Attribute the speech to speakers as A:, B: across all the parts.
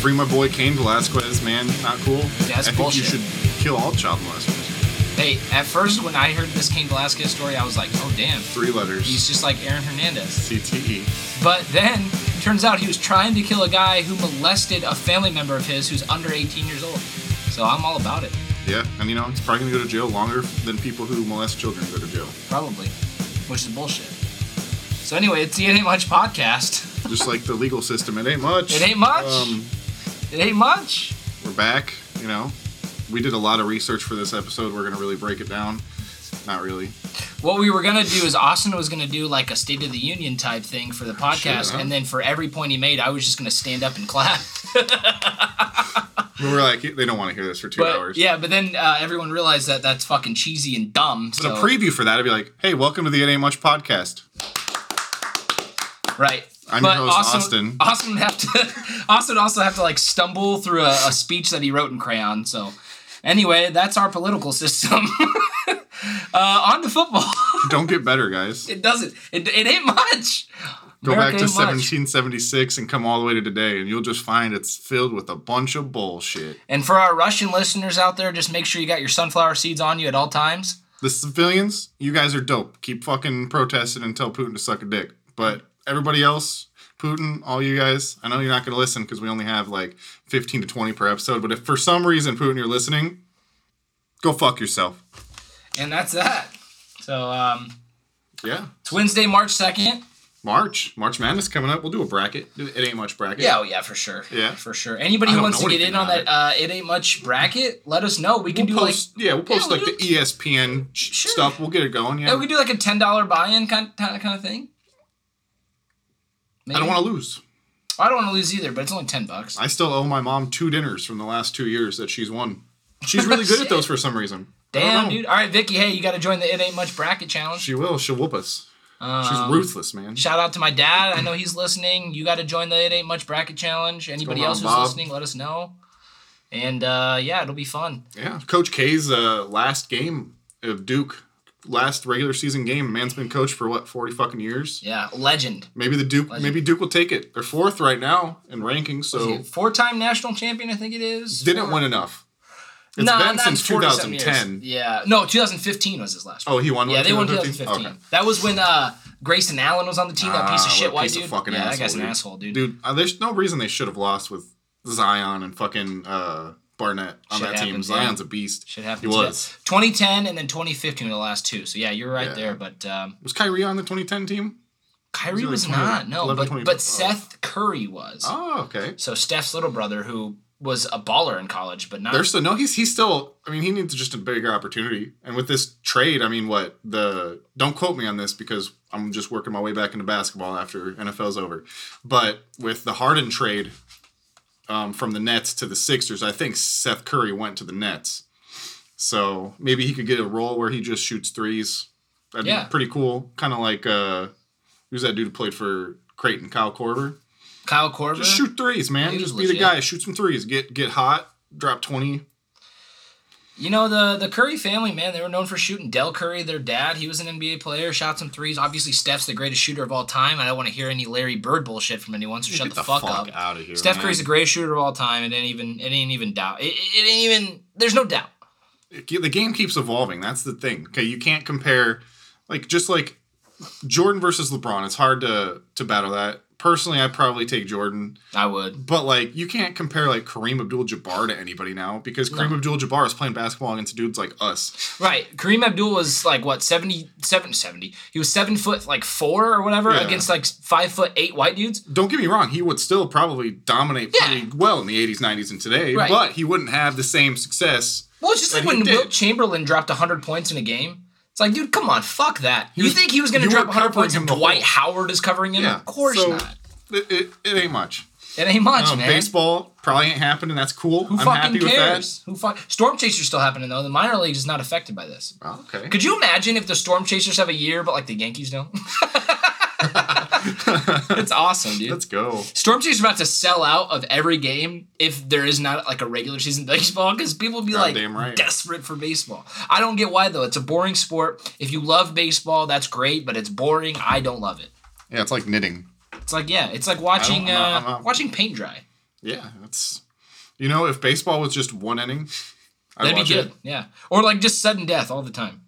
A: bring my boy Cain Velasquez, man. Not cool.
B: That's
A: I think
B: bullshit.
A: you should kill all child molesters.
B: Hey, at first when I heard this Cain Velasquez story, I was like, oh damn,
A: Three letters. E.
B: he's just like Aaron Hernandez.
A: CTE.
B: But then turns out he was trying to kill a guy who molested a family member of his who's under 18 years old. So I'm all about it,
A: Yeah, and you know, he's probably gonna go to jail longer than people who molest children go to jail.
B: probably, which is bullshit. So anyway, it's the It Ain't Much podcast.
A: Just like the legal system, it ain't much.
B: It ain't much.
A: Um,
B: It ain't much.
A: we're back. You know, we did a lot of research for this episode. We're gonna really break it down. Not really.
B: What we were gonna do is Austin was gonna do like a State of the Union type thing for the podcast,
A: huh?
B: and then for every point he made, I was just gonna stand up and clap.
A: We were like, they don't want to hear this for two
B: But
A: hours.
B: yeah, but then uh, everyone realized that that's fucking cheesy and dumb.
A: But
B: so
A: a preview for that, I'd be like, hey, welcome to the It Ain't Much podcast.
B: right.
A: I'm
B: but
A: your host,
B: Austin,
A: Austin.
B: Austin would have to. Austin would also have to like stumble through a, a speech that he wrote in crayon. So anyway, that's our political system. uh, on to football.
A: Don't get better, guys.
B: it doesn't. It, it ain't much.
A: Go
B: America
A: back to
B: ain't much.
A: 1776 and come all the way to today, and you'll just find it's filled with a bunch of bullshit.
B: And for our Russian listeners out there, just make sure you got your sunflower seeds on you at all times.
A: The civilians, you guys are dope. Keep fucking protesting and tell Putin to suck a dick. But everybody else, Putin, all you guys, I know you're not going to listen because we only have like 15 to 20 per episode. But if for some reason, Putin, you're listening, go fuck yourself.
B: And that's that. So um,
A: Yeah.
B: it's Wednesday, March 2nd.
A: March. March Madness coming up. We'll do a bracket. It ain't much bracket.
B: Yeah, oh, yeah, for sure.
A: Yeah.
B: For sure. Anybody
A: I
B: who
A: don't
B: wants
A: know
B: to get
A: anything
B: in on
A: about
B: that uh, It Ain't Much bracket, let us know. We can
A: We'll
B: do
A: post, yeah, we'll post
B: we'll
A: like
B: do-
A: the E ESPN sh-
B: Sure.
A: stuff. We'll get it going. Yeah,
B: like, yeah, we could do like a $10 buy in kind of, kind of thing.
A: I don't want to lose.
B: to. I don't want to lose either, but it's only 10 bucks.
A: I still owe my mom two dinners from the last two years that she's won. She's really good at those for some reason. I don't
B: Damn,
A: know.
B: dude. All right, Vicky, hey, you got to join the It Ain't Much bracket challenge.
A: She will. She'll whoop us. She's
B: Um,
A: ruthless, man.
B: Shout out to my dad. I know he's listening. You got to join the It Ain't Much bracket challenge. Anybody
A: going
B: else
A: on,
B: who's
A: Bob?
B: listening, let us know. And uh, yeah, it'll be fun.
A: Yeah. Coach K's uh, last game of Duke, last regular season game. Man's been coached for what forty fucking years.
B: Yeah, legend.
A: Maybe the Duke.
B: Legend.
A: Maybe Duke will take it. They're fourth right now in rankings, so
B: Four time national champion, I think it is.
A: didn't
B: Four-
A: win enough. It's
B: Nah,
A: been
B: not
A: since
B: 47
A: 2010.
B: years. Yeah. No, 2015 was his last one.
A: Oh, he won.
B: yeah,
A: one
B: they won
A: 2015?
B: 2015.
A: Okay.
B: That was when uh, Grayson Allen was on the team, that piece
A: Ah, what
B: of
A: a
B: shit white
A: piece of
B: dude.
A: fucking
B: yeah, that
A: asshole,
B: guy's an
A: dude.
B: asshole, dude.
A: Dude, uh, there's no reason they should have lost with Zion and fucking uh, Barnett on
B: Shit
A: that team.
B: happens, yeah.
A: Zion's a beast.
B: Shit happens.
A: He was.
B: yeah. 2010 and then 2015 were the last two. So yeah, you're right
A: Yeah.
B: there. But um,
A: Was Kyrie on the 2010 team?
B: Kyrie
A: He's
B: was
A: only 20
B: not. No,
A: 11,
B: but,
A: 20,
B: but
A: oh.
B: Seth Curry was.
A: Oh, okay.
B: So Steph's little brother, who was a baller in college, but not.
A: There's still no. He's he's still. I mean, he needs just a bigger opportunity. And with this trade, I mean, what the? Don't quote me on this because I'm just working my way back into basketball after NFL's over. But with the Harden trade um, from the Nets to the Sixers, I think Seth Curry went to the Nets. So maybe he could get a role where he just shoots threes. That'd
B: Yeah.
A: be pretty cool. Kind of like uh, who's that dude who played for Creighton? Kyle Korver.
B: Kyle Korver.
A: Just shoot threes, man.
B: Uh, He
A: Just
B: was
A: be the
B: legit.
A: guy. Shoot some threes. Get get hot. Drop twenty.
B: You know the the Curry family, man. They were known for shooting. Del Curry, their dad, he was an NBA player, shot some threes. Obviously, Steph's the greatest shooter of all time. I don't want to hear any Larry Bird bullshit from anyone. So shut
A: Get
B: the, fuck, up.
A: out of here.
B: Steph
A: man.
B: Curry's the greatest shooter of all time. It ain't even. It ain't even doubt. It, it, it ain't even. There's no doubt.
A: the game keeps evolving. That's the thing. Okay, you can't compare like just like Jordan versus LeBron. It's hard to to battle that. Personally, I probably take Jordan,
B: I would.
A: but like you can't compare like Kareem Abdul-Jabbar to anybody now because Kareem Abdul-Jabbar is playing basketball against dudes like us.
B: Right. Kareem Abdul was like what 70, 70, 70. He was seven foot like four or whatever
A: Yeah.
B: against like five foot eight white dudes.
A: Don't get me wrong; he would still probably dominate
B: Yeah.
A: pretty well in the '80s, '90s, and today,
B: Right.
A: but he wouldn't have the same success.
B: Well, it's just
A: And
B: like when
A: he did.
B: Wilt Chamberlain dropped hundred points in a game. It's like, dude, come on, fuck that. you
A: was-
B: think he was going to
A: you
B: drop
A: were
B: 100
A: covering
B: points
A: him
B: and
A: the
B: Dwight
A: whole-
B: Howard is covering him?
A: Yeah,
B: Of course
A: so
B: not.
A: It, it, it ain't much.
B: It ain't much,
A: Um,
B: man.
A: baseball probably ain't happening. That's cool.
B: Who
A: I'm
B: fucking
A: happy
B: cares? Who fuck? Storm Chaser's still happening though. The minor leagues is not affected by this.
A: with that. Oh, okay.
B: Could you imagine if the Storm Chasers have a year, but like the Yankees don't? it's awesome, dude.
A: Let's go.
B: Storm Chasers about to sell out of every game if there is not like a regular season baseball because people will be like
A: Goddamn right.
B: desperate for baseball. I don't get why though. It's a boring sport. If you love baseball, that's great, but it's boring. I don't love it.
A: Yeah, it's like knitting.
B: It's like yeah, it's like watching
A: I'm not-
B: uh,
A: I'm not-
B: watching paint dry.
A: Yeah, that's you know, if baseball was just one inning, I'd
B: That'd be
A: watch
B: good.
A: it.
B: Yeah. Or like just sudden death all the time.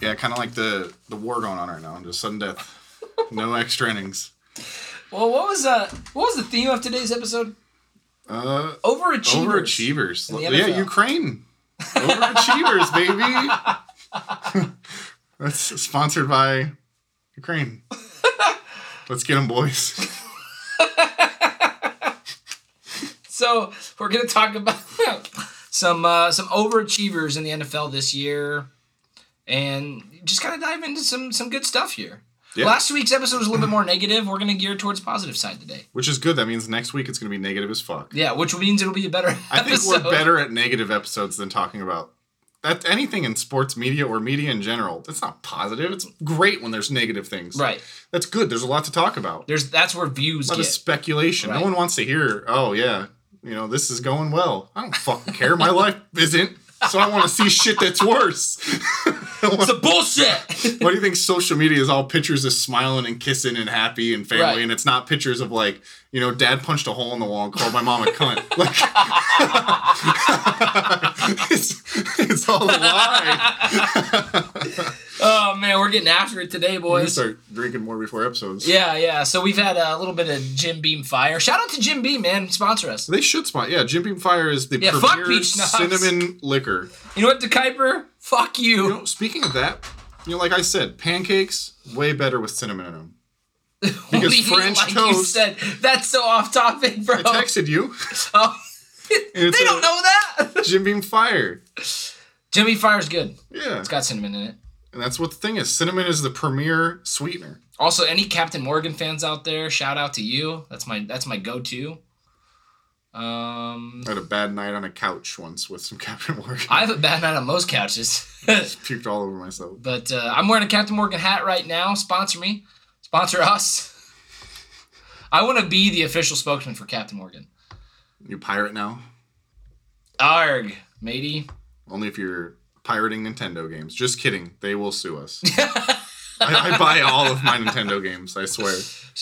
A: Yeah, kind of like the the war going on right now, just sudden death, no extra innings.
B: Well, what was uh what was the theme of today's episode?
A: Uh,
B: Overachievers.
A: overachievers.
B: In the
A: Yeah,
B: NFL.
A: Ukraine. Overachievers, baby. that's sponsored by Ukraine. Let's get them, boys.
B: So we're gonna talk about some uh, some overachievers in the NFL this year, and just kind of dive into some some good stuff here.
A: Yeah.
B: Last week's episode was a little bit more negative. We're gonna gear towards positive side today.
A: Which is good. That means next week it's going to be negative as fuck.
B: Yeah, which means it'll be a better.
A: I think
B: episode.
A: we're better at negative episodes than talking about that anything in sports media or media in general. That's not positive. It's great when there's negative things.
B: Right.
A: That's good. There's a lot to talk about.
B: There's that's where views
A: A lot
B: get.
A: of speculation.
B: Right.
A: No one wants to hear, oh yeah, you know, this is going well. I don't fucking care. My life isn't. So I want to see shit that's worse.
B: it's a bullshit.
A: Why do you think social media is all pictures of smiling and kissing and happy and family,
B: Right.
A: and it's not pictures of like, you know, dad punched a hole in the wall and called my mom a cunt. Like, it's, it's all a lie.
B: oh man, we're getting after it today,
A: We
B: boys.
A: start drinking more before episodes.
B: Yeah, yeah. So we've had a little bit of Jim Beam fire. Shout out to Jim Beam, man. Sponsor us.
A: They should spot. Yeah, Jim Beam Fire is the
B: Yeah, fuck
A: premier
B: peach schnapps.
A: cinnamon liquor.
B: You know what, DeKuyper? Fuck
A: You
B: you.
A: know, speaking of that, you know, like I said, pancakes way better with cinnamon in them. because
B: Leave it
A: French
B: like you
A: toast-
B: said, that's so off topic, bro.
A: I texted you.
B: Oh,
A: And it's
B: they
A: a
B: don't know that.
A: Jim Beam Fire.
B: Jimmy Fire's good.
A: Yeah,
B: It's got cinnamon in it.
A: and that's what the thing is. Cinnamon is the premier sweetener.
B: Also, any Captain Morgan fans out there, shout out to you. That's my that's my go-to. Um,
A: I had a bad night on a couch once with some Captain Morgan. I
B: I have a bad night on most couches,
A: puked all over myself.
B: but uh, I'm wearing a Captain Morgan hat right now. Sponsor me. Sponsor us. I want to be the official spokesman for Captain Morgan.
A: You pirate now?
B: Arg, matey.
A: Only if you're pirating Nintendo games. Just kidding. They will sue us. I, I buy all of my Nintendo games. I swear.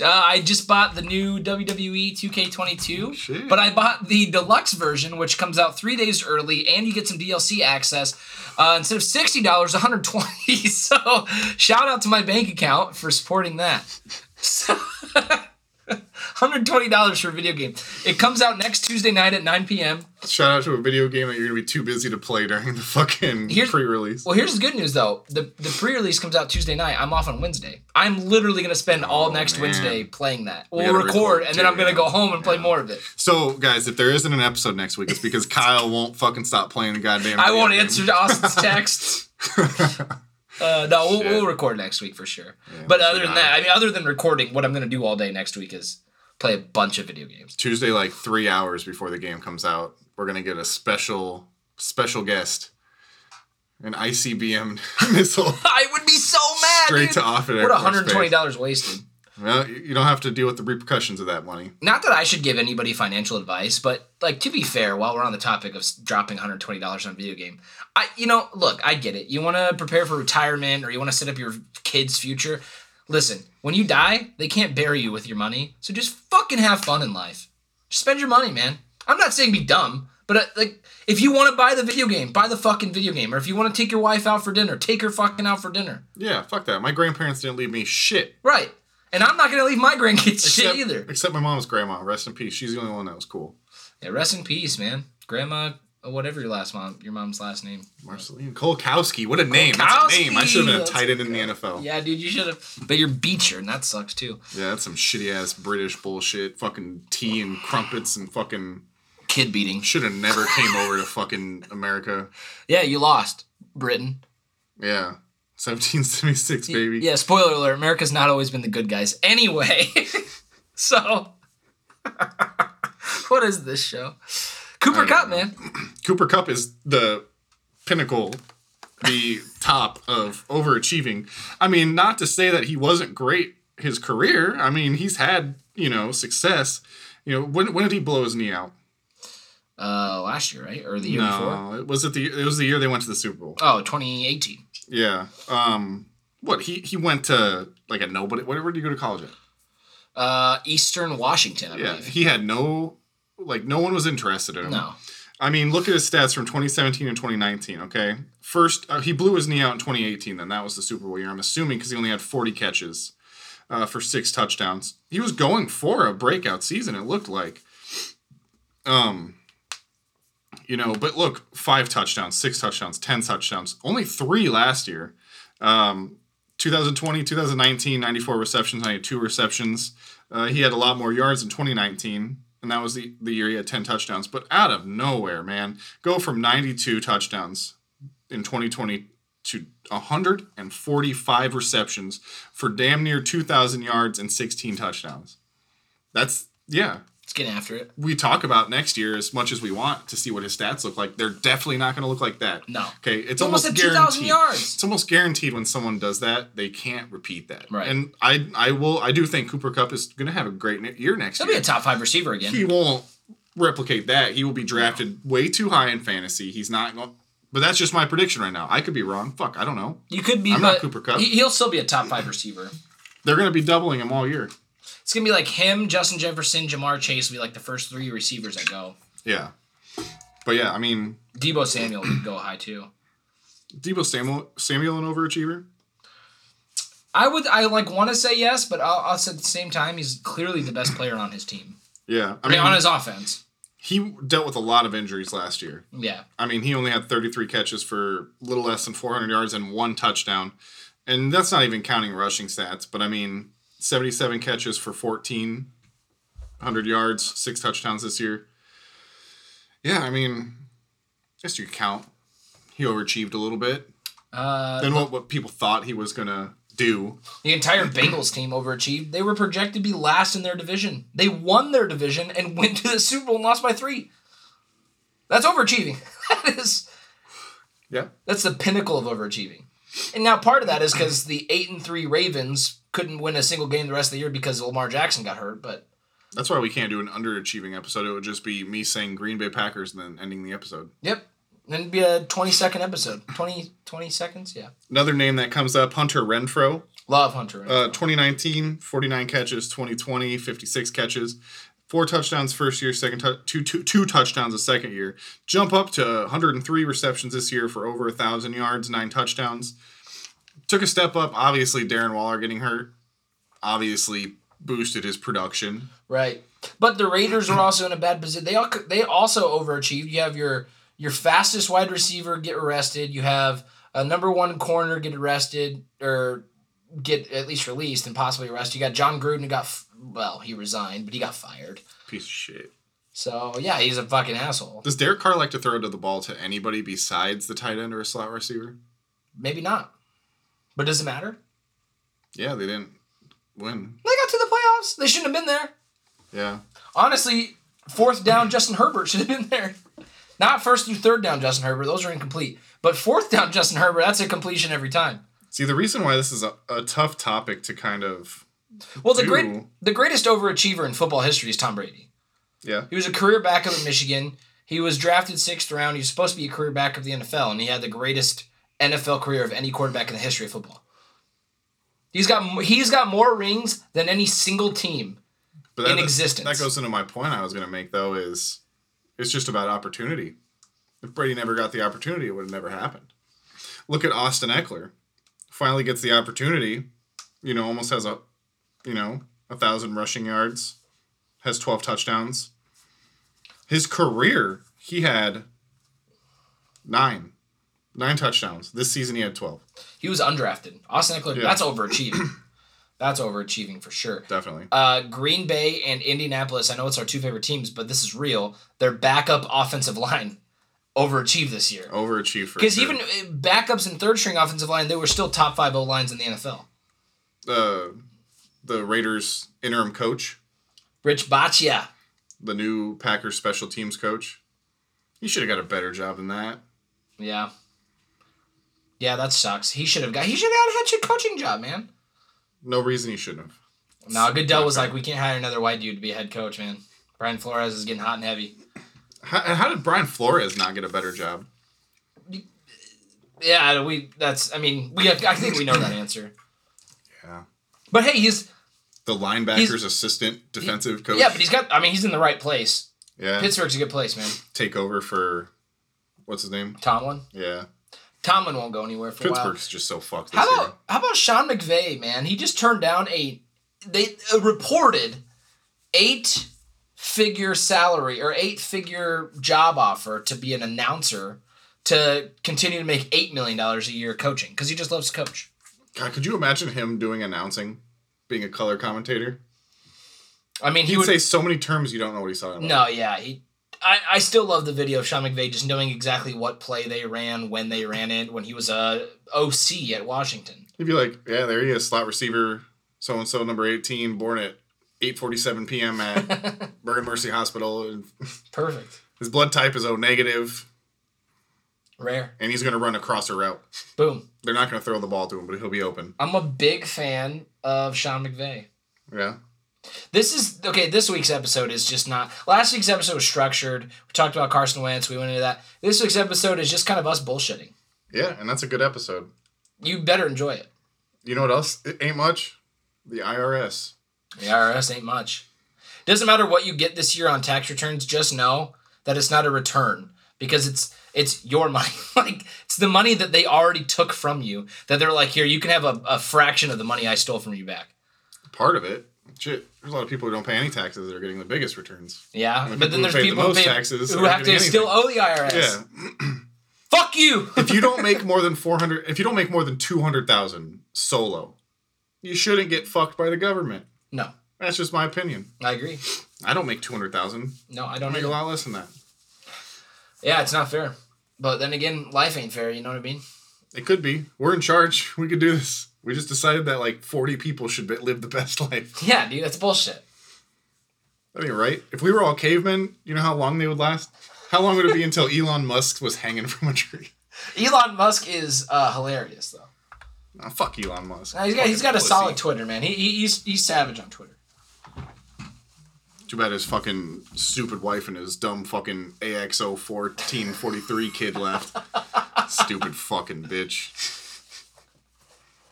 B: Uh, I just bought the new E WWE 2K22,
A: Oh, Shit.
B: but I bought the deluxe version, which comes out three days early, and you get some DLC access. Uh, instead of sixty dollars, one hundred twenty. So shout out to my bank account for supporting that. So, hundred twenty dollars for a video game. It comes out next Tuesday night at nine p.m.
A: Shout out to a video game that you're gonna be too busy to play during the fucking
B: Here's-
A: pre-release.
B: Well, here's the good news though. The the pre-release comes out Tuesday night. I'm off on Wednesday. I'm literally gonna spend all
A: Oh,
B: next
A: man.
B: Wednesday playing that. We'll
A: gotta
B: record,
A: record
B: and
A: too,
B: then I'm gonna
A: yeah.
B: go home and play
A: Yeah.
B: more of it.
A: So, guys, if there isn't an episode next week, it's because Kyle won't fucking stop playing the goddamn.
B: I
A: video
B: won't
A: game.
B: answer Austin's texts. Uh, no, we'll, we'll record next week for sure. but other than that, I mean, other than recording, what I'm going to do all day next week is play a bunch of video games.
A: Tuesday, like three hours before the game comes out, we're gonna get a special special guest, an ICBM missile
B: I would be so mad.
A: straight
B: dude.
A: to off at
B: what
A: Air Force
B: $120
A: Base.
B: wasted.
A: Well, you you don't have to deal with the repercussions of that money.
B: Not that I should give anybody financial advice, but like to be fair, while we're on the topic of s- dropping $120 on a video game, I you know, look, I get it. You want to prepare for retirement or you want to set up your kids' future. Listen, when you die, they can't bury you with your money. So just fucking have fun in life. Just spend your money, man. I'm not saying be dumb, but uh, like if you want to buy the video game, buy the fucking video game. Or if you want to take your wife out for dinner, take her fucking out for dinner.
A: Yeah, fuck that. My grandparents didn't leave me shit.
B: Right. And I'm not going to leave my grandkids shit
A: Except-
B: either.
A: Except my mom's grandma. Rest in peace. She's the only one that was cool.
B: Yeah, rest in peace, man. Grandma, uh, whatever your last mom, your mom's last name.
A: Marceline Kolkowski. What a name. That's a name. I
B: Kolkowski.
A: should have been a
B: Let's
A: tight end in the NFL. Yeah.
B: Yeah, dude, you should have. But you're Beecher, and that sucks too.
A: that's some shitty ass British bullshit. Fucking tea and crumpets and fucking
B: Kid beating.
A: should have never came over to fucking America.
B: Yeah, you lost, Britain.
A: Yeah. 1776, baby.
B: Yeah, spoiler alert: America's not always been the good guys. Anyway, so what is this show? Cooper Cup, man.
A: Cooper Cup is the pinnacle, the top of overachieving. I mean, not to say that he wasn't great his career. I mean, he's had, you know, success. You know, when, when did he blow his knee out?
B: Uh, last year, right, or the year before?
A: No, it was it the it was the year they went to the Super Bowl.
B: Oh, 2018.
A: Yeah. Um what he he went to like a nobody where, where did he go to college at?
B: Uh, Eastern Washington, I
A: Yeah.
B: believe.
A: He had no like no one was interested in him.
B: No.
A: I mean, look at his stats from 2017 and 2019. Okay, first uh, he blew his knee out in 2018. Then that was the Super Bowl year. I'm assuming because he only had 40 catches uh, for six touchdowns. He was going for a breakout season. It looked like, um, you know, but look, five touchdowns, six touchdowns, ten touchdowns, only three last year. Um, 2020, 2019, 94 receptions, 92 receptions. Uh, he had a lot more yards in 2019 and that was the, the year he had 10 touchdowns. But out of nowhere, man, go from 92 touchdowns in 2020 to 145 receptions for damn near 2,000 yards and 16 touchdowns. That's, yeah.
B: It's getting after it.
A: We talk about next year as much as we want to see what his stats look like. They're definitely not going to look like that.
B: No.
A: Okay, it's
B: He almost
A: almost,
B: had 2,000
A: guaranteed.
B: yards.
A: It's almost guaranteed when someone does that, they can't repeat that.
B: Right.
A: And I, I will, I do think Cooper Cup is going to have a great ne- year next
B: He'll
A: year
B: be a top five receiver again.
A: he won't replicate that. He will be drafted way too high in fantasy. He's not going. But that's just my prediction right now. I could be wrong. Fuck, I don't know.
B: you could be.
A: I'm not
B: but
A: Cooper Kupp.
B: He, will still be a top five receiver.
A: They're going to be doubling him all year.
B: It's gonna be like him, Justin Jefferson, Jamar Chase. Will be like the first three receivers that go.
A: Yeah. But yeah, I mean,
B: Debo Samuel would go high too.
A: Debo Samuel, Samuel an overachiever.
B: I would. I like want to say yes, but I'll, I'll say at the same time, he's clearly the best player on his team.
A: Yeah, I
B: I mean,
A: mean,
B: on his offense.
A: he dealt with a lot of injuries last year.
B: Yeah.
A: I mean, he only had 33 catches for a little less than 400 yards and one touchdown. And that's not even counting rushing stats, but I mean, 77 catches for 1,400 yards, six touchdowns this year. Yeah, I mean, I guess you count. He overachieved a little bit
B: Uh,
A: than what, what people thought he was going to do.
B: The entire Bengals team overachieved. They were projected to be last in their division. They won their division and went to the Super Bowl and lost by three. That's overachieving. that is
A: Yeah.
B: that's the pinnacle of overachieving. And now part of that is because the eight and three Ravens couldn't win a single game the rest of the year because Lamar Jackson got hurt. But
A: That's why we can't do an underachieving episode. It would just be me saying Green Bay Packers and then ending the episode.
B: yep, then it'd be a twenty second episode. 20, 20 seconds. Yeah,
A: Another name that comes up Hunter Renfro.
B: love Hunter. Renfrow.
A: Uh, 2019, 49 catches. 2020, 56 catches. Four touchdowns first year, second tou- two, two, two touchdowns a second year. Jump up to 103 receptions this year for over a thousand yards, nine touchdowns. Took a step up. Obviously, Darren Waller getting hurt, obviously boosted his production.
B: Right. But the Raiders are also in a bad position. They all they also overachieved. You have your your fastest wide receiver get arrested. You have a number one corner get arrested or get at least released and possibly arrested. You got John Gruden who got f- well, he resigned, but he got fired.
A: Piece of shit.
B: So yeah, he's a fucking asshole.
A: Does Derek Carr like to throw to the ball to anybody besides the tight end or a slot receiver?
B: Maybe not. But does it matter?
A: Yeah, they didn't win.
B: They got to the playoffs. They shouldn't have been there.
A: Yeah.
B: Honestly, fourth down Justin Herbert should have been there. Not first through third down Justin Herbert. Those are incomplete. But fourth down Justin Herbert, that's a completion every time.
A: See, the reason why this is a, a tough topic to kind of
B: Well, the
A: Two.
B: great, the greatest overachiever in football history is Tom Brady.
A: Yeah.
B: He was a career backup at Michigan. He was drafted sixth round. He was supposed to be a career backup of the NFL, and he had the greatest NFL career of any quarterback in the history of football. He's got m- he's got more rings than any single team.
A: but
B: in existence.
A: That goes into my point I was going to make though is it's just about opportunity. If Brady never got the opportunity, it would have never happened. Look at Austin Eckler, finally gets the opportunity. You know, almost has a, you know, a thousand rushing yards, has twelve touchdowns. His career, he had nine, nine touchdowns. This season, he had twelve.
B: He was undrafted. Austin Eckler,
A: Yeah.
B: that's overachieving. that's overachieving for sure.
A: Definitely.
B: Uh, Green Bay and Indianapolis. I know it's our two favorite teams, but this is real. Their backup offensive line overachieved this year.
A: Overachieved for
B: Because
A: Oh, sure.
B: even uh, backups and third string offensive line, they were still top five O lines in the NFL.
A: uh, the Raiders interim coach
B: Rich Baccia.
A: the new Packers special teams coach. He should have got a better job than that.
B: Yeah. Yeah, that sucks. He should have got he should have got a head shit coaching job, man.
A: No reason he shouldn't have.
B: No, Goodell was like, we can't hire another white dude to be a head coach, man. Brian Flores is getting hot and heavy.
A: How, and how did Brian Flores not get a better job?
B: Yeah, we that's I mean, we have, I think we know that answer.
A: Yeah.
B: But hey, he's
A: The linebackers assistant defensive coach.
B: yeah, but he's got I mean, he's in the right place.
A: Yeah.
B: Pittsburgh's a good place, man.
A: Take over for what's his name?
B: Tomlin.
A: Yeah.
B: Tomlin won't go anywhere for a while.
A: Pittsburgh's just so fucked this
B: How
A: year.
B: about how about Sean McVay, man? He just turned down a they a reported eight figure salary or eight figure job offer to be an announcer to continue to make eight million dollars a year coaching because he just loves to coach.
A: God, could you imagine him doing announcing, being a color commentator?
B: I mean, he
A: He'd
B: would
A: say so many terms you don't know what he's talking about.
B: no, yeah, he. I, I still love the video of Sean McVay just knowing exactly what play they ran, when they ran it, when he was a OC at Washington.
A: He'd be like, yeah, there he is, slot receiver, so and so, number 18, born at 8:47 p.m. at Bergen Mercy Hospital. and
B: Perfect,
A: His blood type is O negative,
B: rare,
A: and he's gonna run a crosser route.
B: boom.
A: They're not gonna throw the ball to him, but he'll be open.
B: I'm a big fan of Sean McVay.
A: Yeah.
B: This is okay. This week's episode is just not. Last week's episode was structured. We talked about Carson Wentz. We went into that. This week's episode is just kind of us bullshitting.
A: Yeah, and that's a good episode.
B: You better enjoy it.
A: You know what else? It ain't much. The IRS.
B: The IRS ain't much. Doesn't matter what you get this year on tax returns. Just know that it's not a return because it's it's your money. like it's the money that they already took from you. That they're like, here, you can have a, a fraction of the money I stole from you back.
A: Part of it. Shit, there's a lot of people who don't pay any taxes that are getting the biggest returns.
B: Yeah,
A: the
B: but then
A: people who
B: there's
A: paid the
B: people who,
A: most
B: pay-
A: taxes
B: who
A: aren't
B: have to
A: getting
B: still owe the IRS.
A: Yeah.
B: Fuck you.
A: if you don't make more than 400 if you don't make more than 200,000 solo you shouldn't get fucked by the government
B: no,
A: that's just my opinion
B: I agree.
A: i don't make 200,000
B: No, I
A: i
B: don't
A: make a
B: agree.
A: lot less than that
B: Yeah, it's not fair. But then again, life ain't fair. You know what I mean?
A: it could be we're in charge we could do this we just decided that like 40 people should be- live the best life
B: Yeah, dude, that's bullshit.
A: that ain't right if we were all cavemen you know how long they would last how long would it be until elon musk was hanging from a tree
B: Elon Musk is uh, hilarious though.
A: Ah, fuck elon musk
B: Now, he's got he's
A: Fucking
B: got a
A: pussy.
B: solid Twitter man. He, he he's he's savage on Twitter.
A: Too bad his fucking stupid wife and his dumb fucking AXO fourteen forty three kid left. stupid fucking bitch.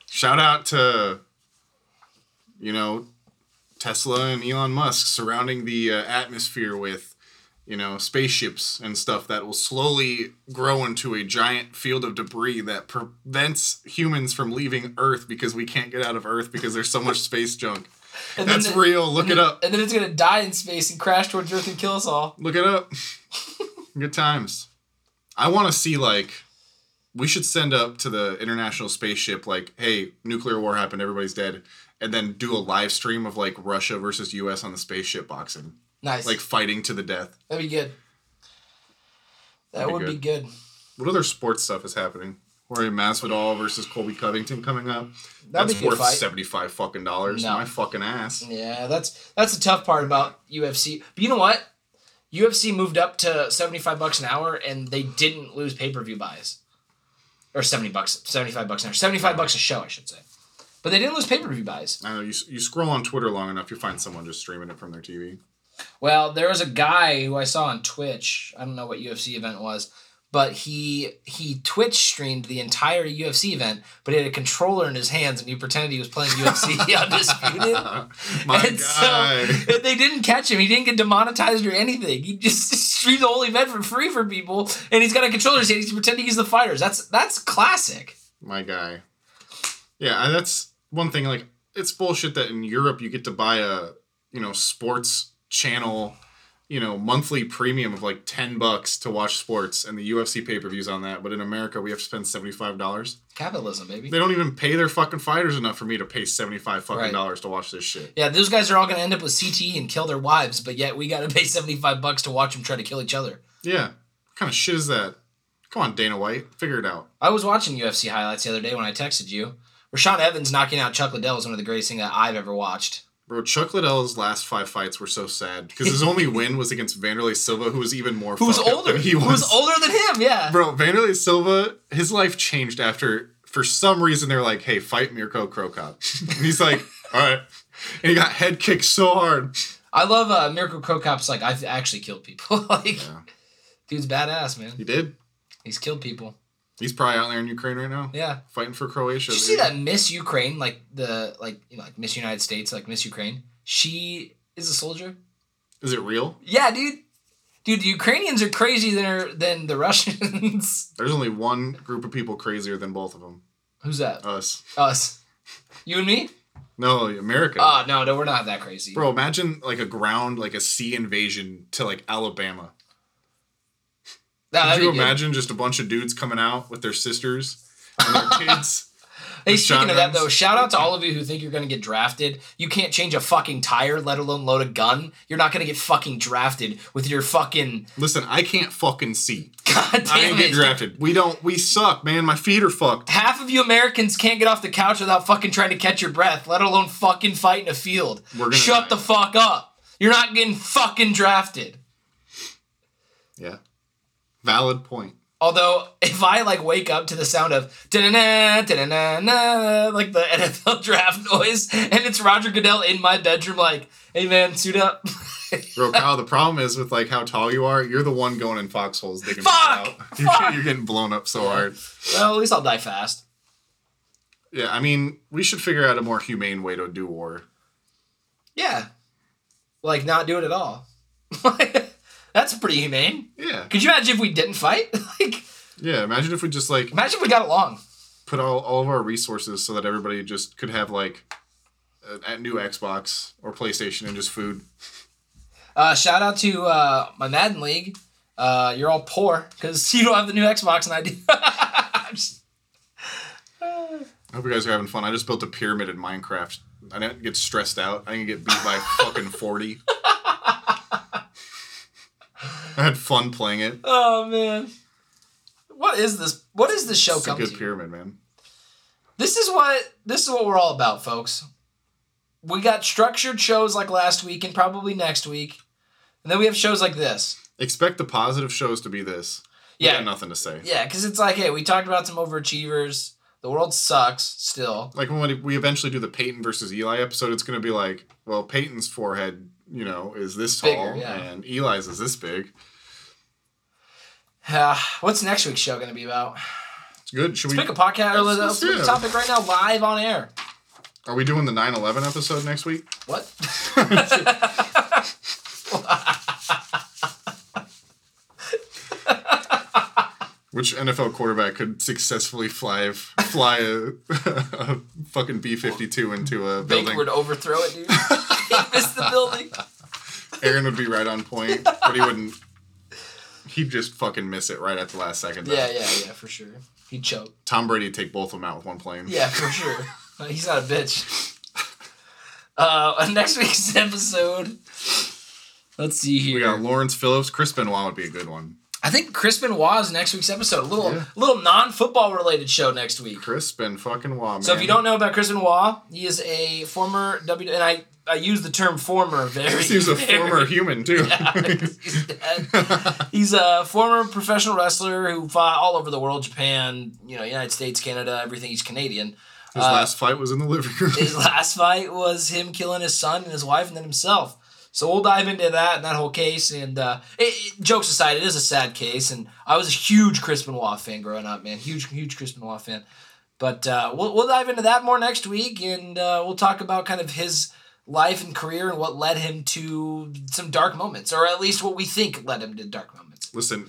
A: Shout out to, you know, Tesla and Elon Musk surrounding the uh, atmosphere with, you know, spaceships and stuff that will slowly grow into a giant field of debris that prevents humans from leaving Earth because we can't get out of Earth because there's so much space junk.
B: And
A: That's
B: then the-
A: real. Look it up.
B: And then it's gonna die in space and crash towards Earth and kill us all.
A: Look it up. Good times. I want to see like we should send up to the international spaceship like, hey, nuclear war happened, everybody's dead, and then do a live stream of like Russia versus U.S. on the spaceship boxing,
B: Nice.
A: like fighting to the death.
B: That'd be good. That
A: That'd be
B: would be good.
A: What other sports stuff is happening? Jorge Masvidal versus Colby Covington coming up.
B: That'd
A: That's
B: be a good
A: worth
B: fight.
A: seventy-five fucking dollars.
B: No.
A: My fucking ass.
B: Yeah, that's that's the tough part about UFC. But you know what? UFC moved up to seventy five bucks an hour, and they didn't lose pay per view buys, or seventy bucks, seventy five bucks an hour, seventy five bucks a show, I should say. But they didn't lose pay per view buys.
A: I know you, you scroll on Twitter long enough, you find someone just streaming it from their TV.
B: Well, there was a guy who I saw on Twitch. I don't know what UFC event was, but he he Twitch streamed the entire UFC event, but he had a controller in his hands and he pretended he was playing UFC Undisputed.
A: My
B: and
A: God.
B: so they didn't catch him. He didn't get demonetized or anything. He just streamed the whole event for free for people, and he's got a controller. in his hand. He's pretending he's the fighters. That's that's classic.
A: my guy. Yeah, I- that's one thing. Like, it's bullshit that in Europe you get to buy a you know sports channel, you know monthly premium of like ten bucks to watch sports, and the UFC pay per views on that. But in America, we have to spend seventy five dollars.
B: Capitalism, baby.
A: They don't even pay their fucking fighters enough for me to pay seventy five fucking
B: Right.
A: dollars to watch this shit.
B: Yeah, those guys are all going to end up with CTE and kill their wives, but yet we got to pay seventy five bucks to watch them try to kill each other.
A: Yeah, what kind of shit is that? Come on, Dana White, figure it out.
B: I was watching UFC highlights the other day when I texted you. Rashawn Evans knocking out Chuck Liddell is one of the greatest things that I've ever watched.
A: Bro, Chuck Liddell's last five fights were so sad because his only win was against Vanderlei Silva, who was even more
B: Who's
A: fucked up
B: older?
A: than
B: He was. Who's older than him? Yeah.
A: Bro, Vanderlei Silva, his life changed after, for some reason, they're like, hey, fight Mirko Krokop. And he's like, all right. And he got head kicked so hard.
B: I love uh, Miracle Crocop's like I've actually killed people. like,
A: Yeah.
B: dude's badass, man.
A: He did.
B: He's killed people.
A: He's probably out there in Ukraine right now,
B: Yeah.
A: fighting for Croatia.
B: Did you see
A: dude.
B: that Miss Ukraine, like the like you know, like Miss United States, like Miss Ukraine? She is a soldier.
A: Is it real?
B: Yeah, dude. Dude, the Ukrainians are crazier than than the Russians.
A: There's only one group of people crazier than both of them.
B: Who's that?
A: Us.
B: Us. You and me?
A: No, America.
B: Oh, no, no, we're not that crazy.
A: Bro, imagine like a ground, like a sea invasion to like Alabama.
B: Nah, that'd
A: Could you
B: be good.
A: imagine just a bunch of dudes coming out with their sisters and their kids?
B: Hey,
A: with
B: speaking of that
A: shotguns?
B: though, shout out to all of you who think you're going to get drafted. You can't change a fucking tire, let alone load a gun. You're not going to get fucking drafted with your fucking
A: Listen, I can't fucking see.
B: god
A: I
B: damn
A: ain't get
B: it.
A: drafted. We don't. We suck, man. My feet are fucked.
B: Half of you Americans can't get off the couch without fucking trying to catch your breath, let alone fucking fight in a field.
A: We're gonna
B: Shut
A: die.
B: the fuck up. You're not getting fucking drafted.
A: Yeah. Valid point.
B: Although, if I like wake up to the sound of da-na-na, da-na-na, like the NFL draft noise, and it's Roger Goodell in my bedroom, like, hey man, suit up.
A: Bro, Kyle, the problem is with like how tall you are, you're the one going in foxholes digging people
B: Fuck!
A: out.
B: Fuck!
A: You're, you're getting blown up so hard.
B: well, at least I'll die fast.
A: Yeah, I mean, we should figure out a more humane way to do war.
B: Yeah. Like, not do it at all. That's pretty humane.
A: Yeah.
B: Could you imagine if we didn't fight? like,
A: Yeah. Imagine if we just like
B: imagine if we got along.
A: put all, all of our resources so that everybody just could have like a, a new Xbox or PlayStation and just food.
B: Uh, shout out to uh, my Madden League. Uh, you're all poor because you don't have the new Xbox and I do. I'm just-
A: I hope you guys are having fun. I just built a pyramid in Minecraft. I didn't get stressed out. I didn't get beat by fucking 40. I had fun playing it.
B: oh man, what is this? What is this show
A: It's a
B: coming
A: good
B: to?
A: pyramid, man.
B: This is what this is what we're all about, folks. We got structured shows like last week and probably next week, and then we have shows like this.
A: Expect the positive shows to be this. We
B: Yeah,
A: got nothing to say.
B: yeah, because it's like, hey, we talked about some overachievers. The world sucks still.
A: Like when we eventually do the Peyton versus Eli episode, it's going to be like, well, Peyton's forehead, you know, is this
B: Bigger,
A: tall,
B: yeah.
A: and Eli's is this big.
B: Uh, what's next week's show going to be about?
A: It's good. Should
B: Let's
A: we?
B: pick a podcast or
A: Let's-
B: let's,
A: let's
B: pick
A: do
B: a
A: it.
B: topic right now, live on air.
A: Are we doing the 9/11 episode next week?
B: What?
A: Which NFL quarterback could successfully fly fly a, a fucking B fifty two into a
B: Baker
A: building?
B: would overthrow it, dude. he missed the building.
A: Aaron would be right on point, but he wouldn't. He'd just fucking miss it right at the last second. though.
B: Yeah, yeah, yeah, for sure. He choked.
A: Tom Brady would take both of them out with one plane.
B: Yeah, for sure. Uh, He's not a bitch. Uh, next week's episode. Let's see
A: We
B: here.
A: got Lawrence Phillips. Chris Benoit would be a good one.
B: I think Chris Benoit is next week's episode. A little,
A: Yeah.
B: little non-football related show next week.
A: Chris Ben fucking Benoit, man.
B: So if you don't know about Chris Benoit, he is a former W. And I, I use the term former very.
A: he's a
B: very-
A: former human too.
B: He's dead. He's a former professional wrestler who fought all over the world: Japan, you know, United States, Canada, everything. He's Canadian.
A: His last fight was in the living room.
B: his last fight was him killing his son and his wife and then himself. So we'll dive into that and that whole case. And uh, it, it- jokes aside, it is a sad case. And I was a huge Chris Benoit fan growing up, man. Huge, huge Chris Benoit fan. But uh, we'll, we'll dive into that more next week. And uh, we'll talk about kind of his life and career and what led him to some dark moments, or at least what we think led him to dark moments.
A: Listen,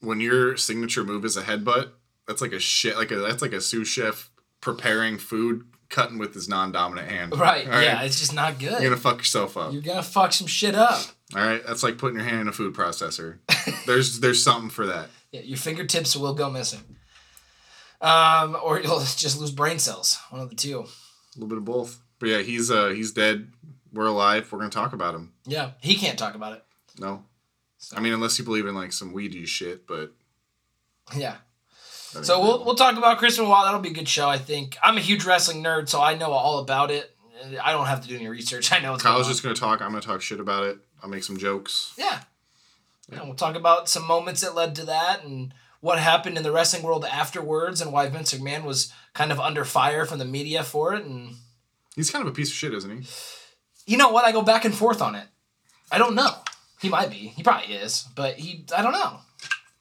A: when your signature move is a headbutt, that's like a shit. Like a that's like a sous chef preparing food, cutting with his non-dominant hand.
B: Right.
A: All right?
B: yeah, it's just not good.
A: You're gonna fuck yourself up.
B: You're going to fuck some shit up.
A: All right. That's like putting your hand in a food processor. there's there's something for that.
B: Yeah, your fingertips will go missing. Um, or you'll just lose brain cells. One of the two.
A: A little bit of both. But yeah, he's uh he's dead. We're alive. We're gonna talk about him.
B: Yeah, he can't talk about it.
A: No.
B: So,
A: I mean, unless you believe in like some weedy shit, but
B: yeah.
A: that
B: So
A: ain't
B: we'll
A: real.
B: we'll talk about Chris Benoit. That'll be a good show, I think. I'm a huge wrestling nerd, so I know all about it. I don't have to do any research. I know what's
A: Kyle's
B: going
A: just gonna talk. I'm gonna talk shit about it. I'll make some jokes.
B: on. Yeah. yeah. we'll talk about some moments that led to that and what happened in the wrestling world afterwards and why Vince McMahon was kind of under fire from the media for it and
A: He's kind of a piece of shit, isn't he?
B: you know what? I go back and forth on it. I don't know. He might be. He probably is, but he. I don't know.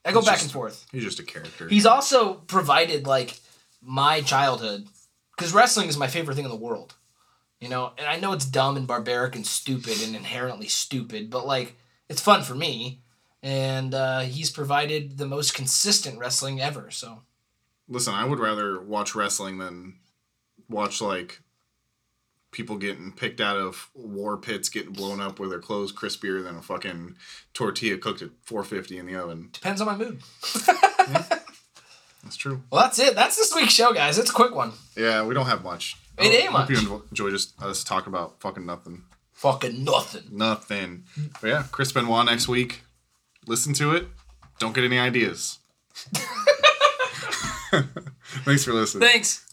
B: I go
A: He's
B: back
A: just-
B: and forth.
A: He's just a character.
B: He's also provided like my childhood because wrestling is my favorite thing in the world. You know, and I know it's dumb and barbaric and stupid and inherently stupid, but like it's fun for me. and uh, he's provided the most consistent wrestling ever. So
A: Listen, I would rather watch wrestling than watch like people getting picked out of war pits, getting blown up with their clothes crispier than a fucking tortilla cooked at 450 in the oven.
B: depends on my mood.
A: That's true.
B: Well, that's it. That's this week's show, guys. It's a quick one.
A: Yeah, we don't have much.
B: It ain't
A: I hope you envo- enjoy just us talking about fucking nothing.
B: Fucking nothing.
A: Nothing. But yeah, Chris Benoit next week. Listen to it. Don't get any ideas. Thanks for listening.
B: Thanks.